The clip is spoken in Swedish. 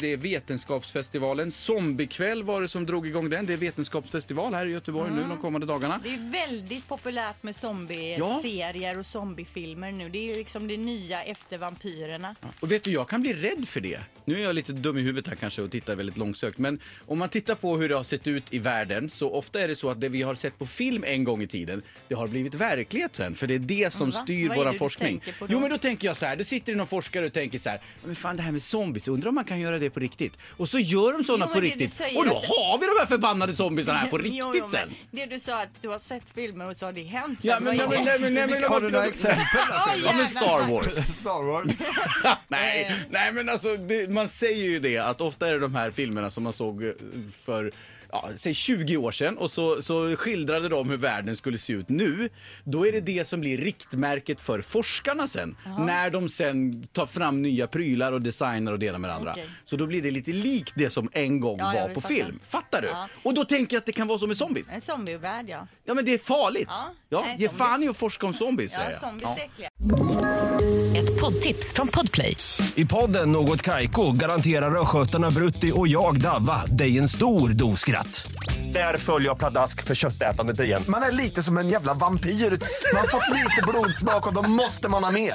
Det är Vetenskapsfestivalen. Zombiekväll var det som drog igång den. Det är vetenskapsfestival här i Göteborg Mm. nu de kommande dagarna. Det är väldigt populärt med zombieserier och zombiefilmer nu. Det är liksom det nya efter vampyrerna. Och vet du, jag kan bli rädd för det. Nu är jag lite dum i huvudet här kanske och tittar väldigt långsökt. Men om man tittar på hur det har sett ut i världen så ofta är det så att det vi har sett på film en gång i tiden, det har blivit verklighet sen. För det är det som Va? styr Vad är våran det du forskning. tänker på då? Jo men då tänker jag så här, då sitter det någon forskare och tänker så här, men fan det här med zombies, undrar om man kan göra det på riktigt? Och så gör de sådana Jo, på men det du riktigt. säger Och då att- har vi de här förbannade zombiesarna här på Jo, riktigt jo, men sen. Det du sa att du har sett filmer och så har det hänt. Ja sen. men, nej, Vad men, nej, men, nej, men, Har du några exempel? Ja men Star Wars. Star Wars. Eh. Nej, nej men alltså det, man säger ju det att ofta är det de här filmerna som man såg eh, för Ja, säg 20 år sedan och så, så skildrade de hur världen skulle se ut nu. Då är det det som blir riktmärket för forskarna sen. När de sen tar fram nya prylar och designar och det ena med det andra. Okej. Så då blir det lite likt det som en gång Ja, ja, var vi på fattar. film. Fattar du? Ja. Och då tänker jag att det kan vara som med zombies. En zombievärld ja. Ja men det är farligt. Ja, Ja, nej, ge zombies. fan i att forska om zombies säger Ja, jag. zombies är äckliga. Ett poddtips från Podplay. I podden Något Kaiko garanterar östgötarna Brutti och jag, Davva, dig en stor dos skratt. Där följer jag pladask för köttätandet igen. Man är lite som en jävla vampyr. Man har fått lite blodsmak och då måste man ha mer.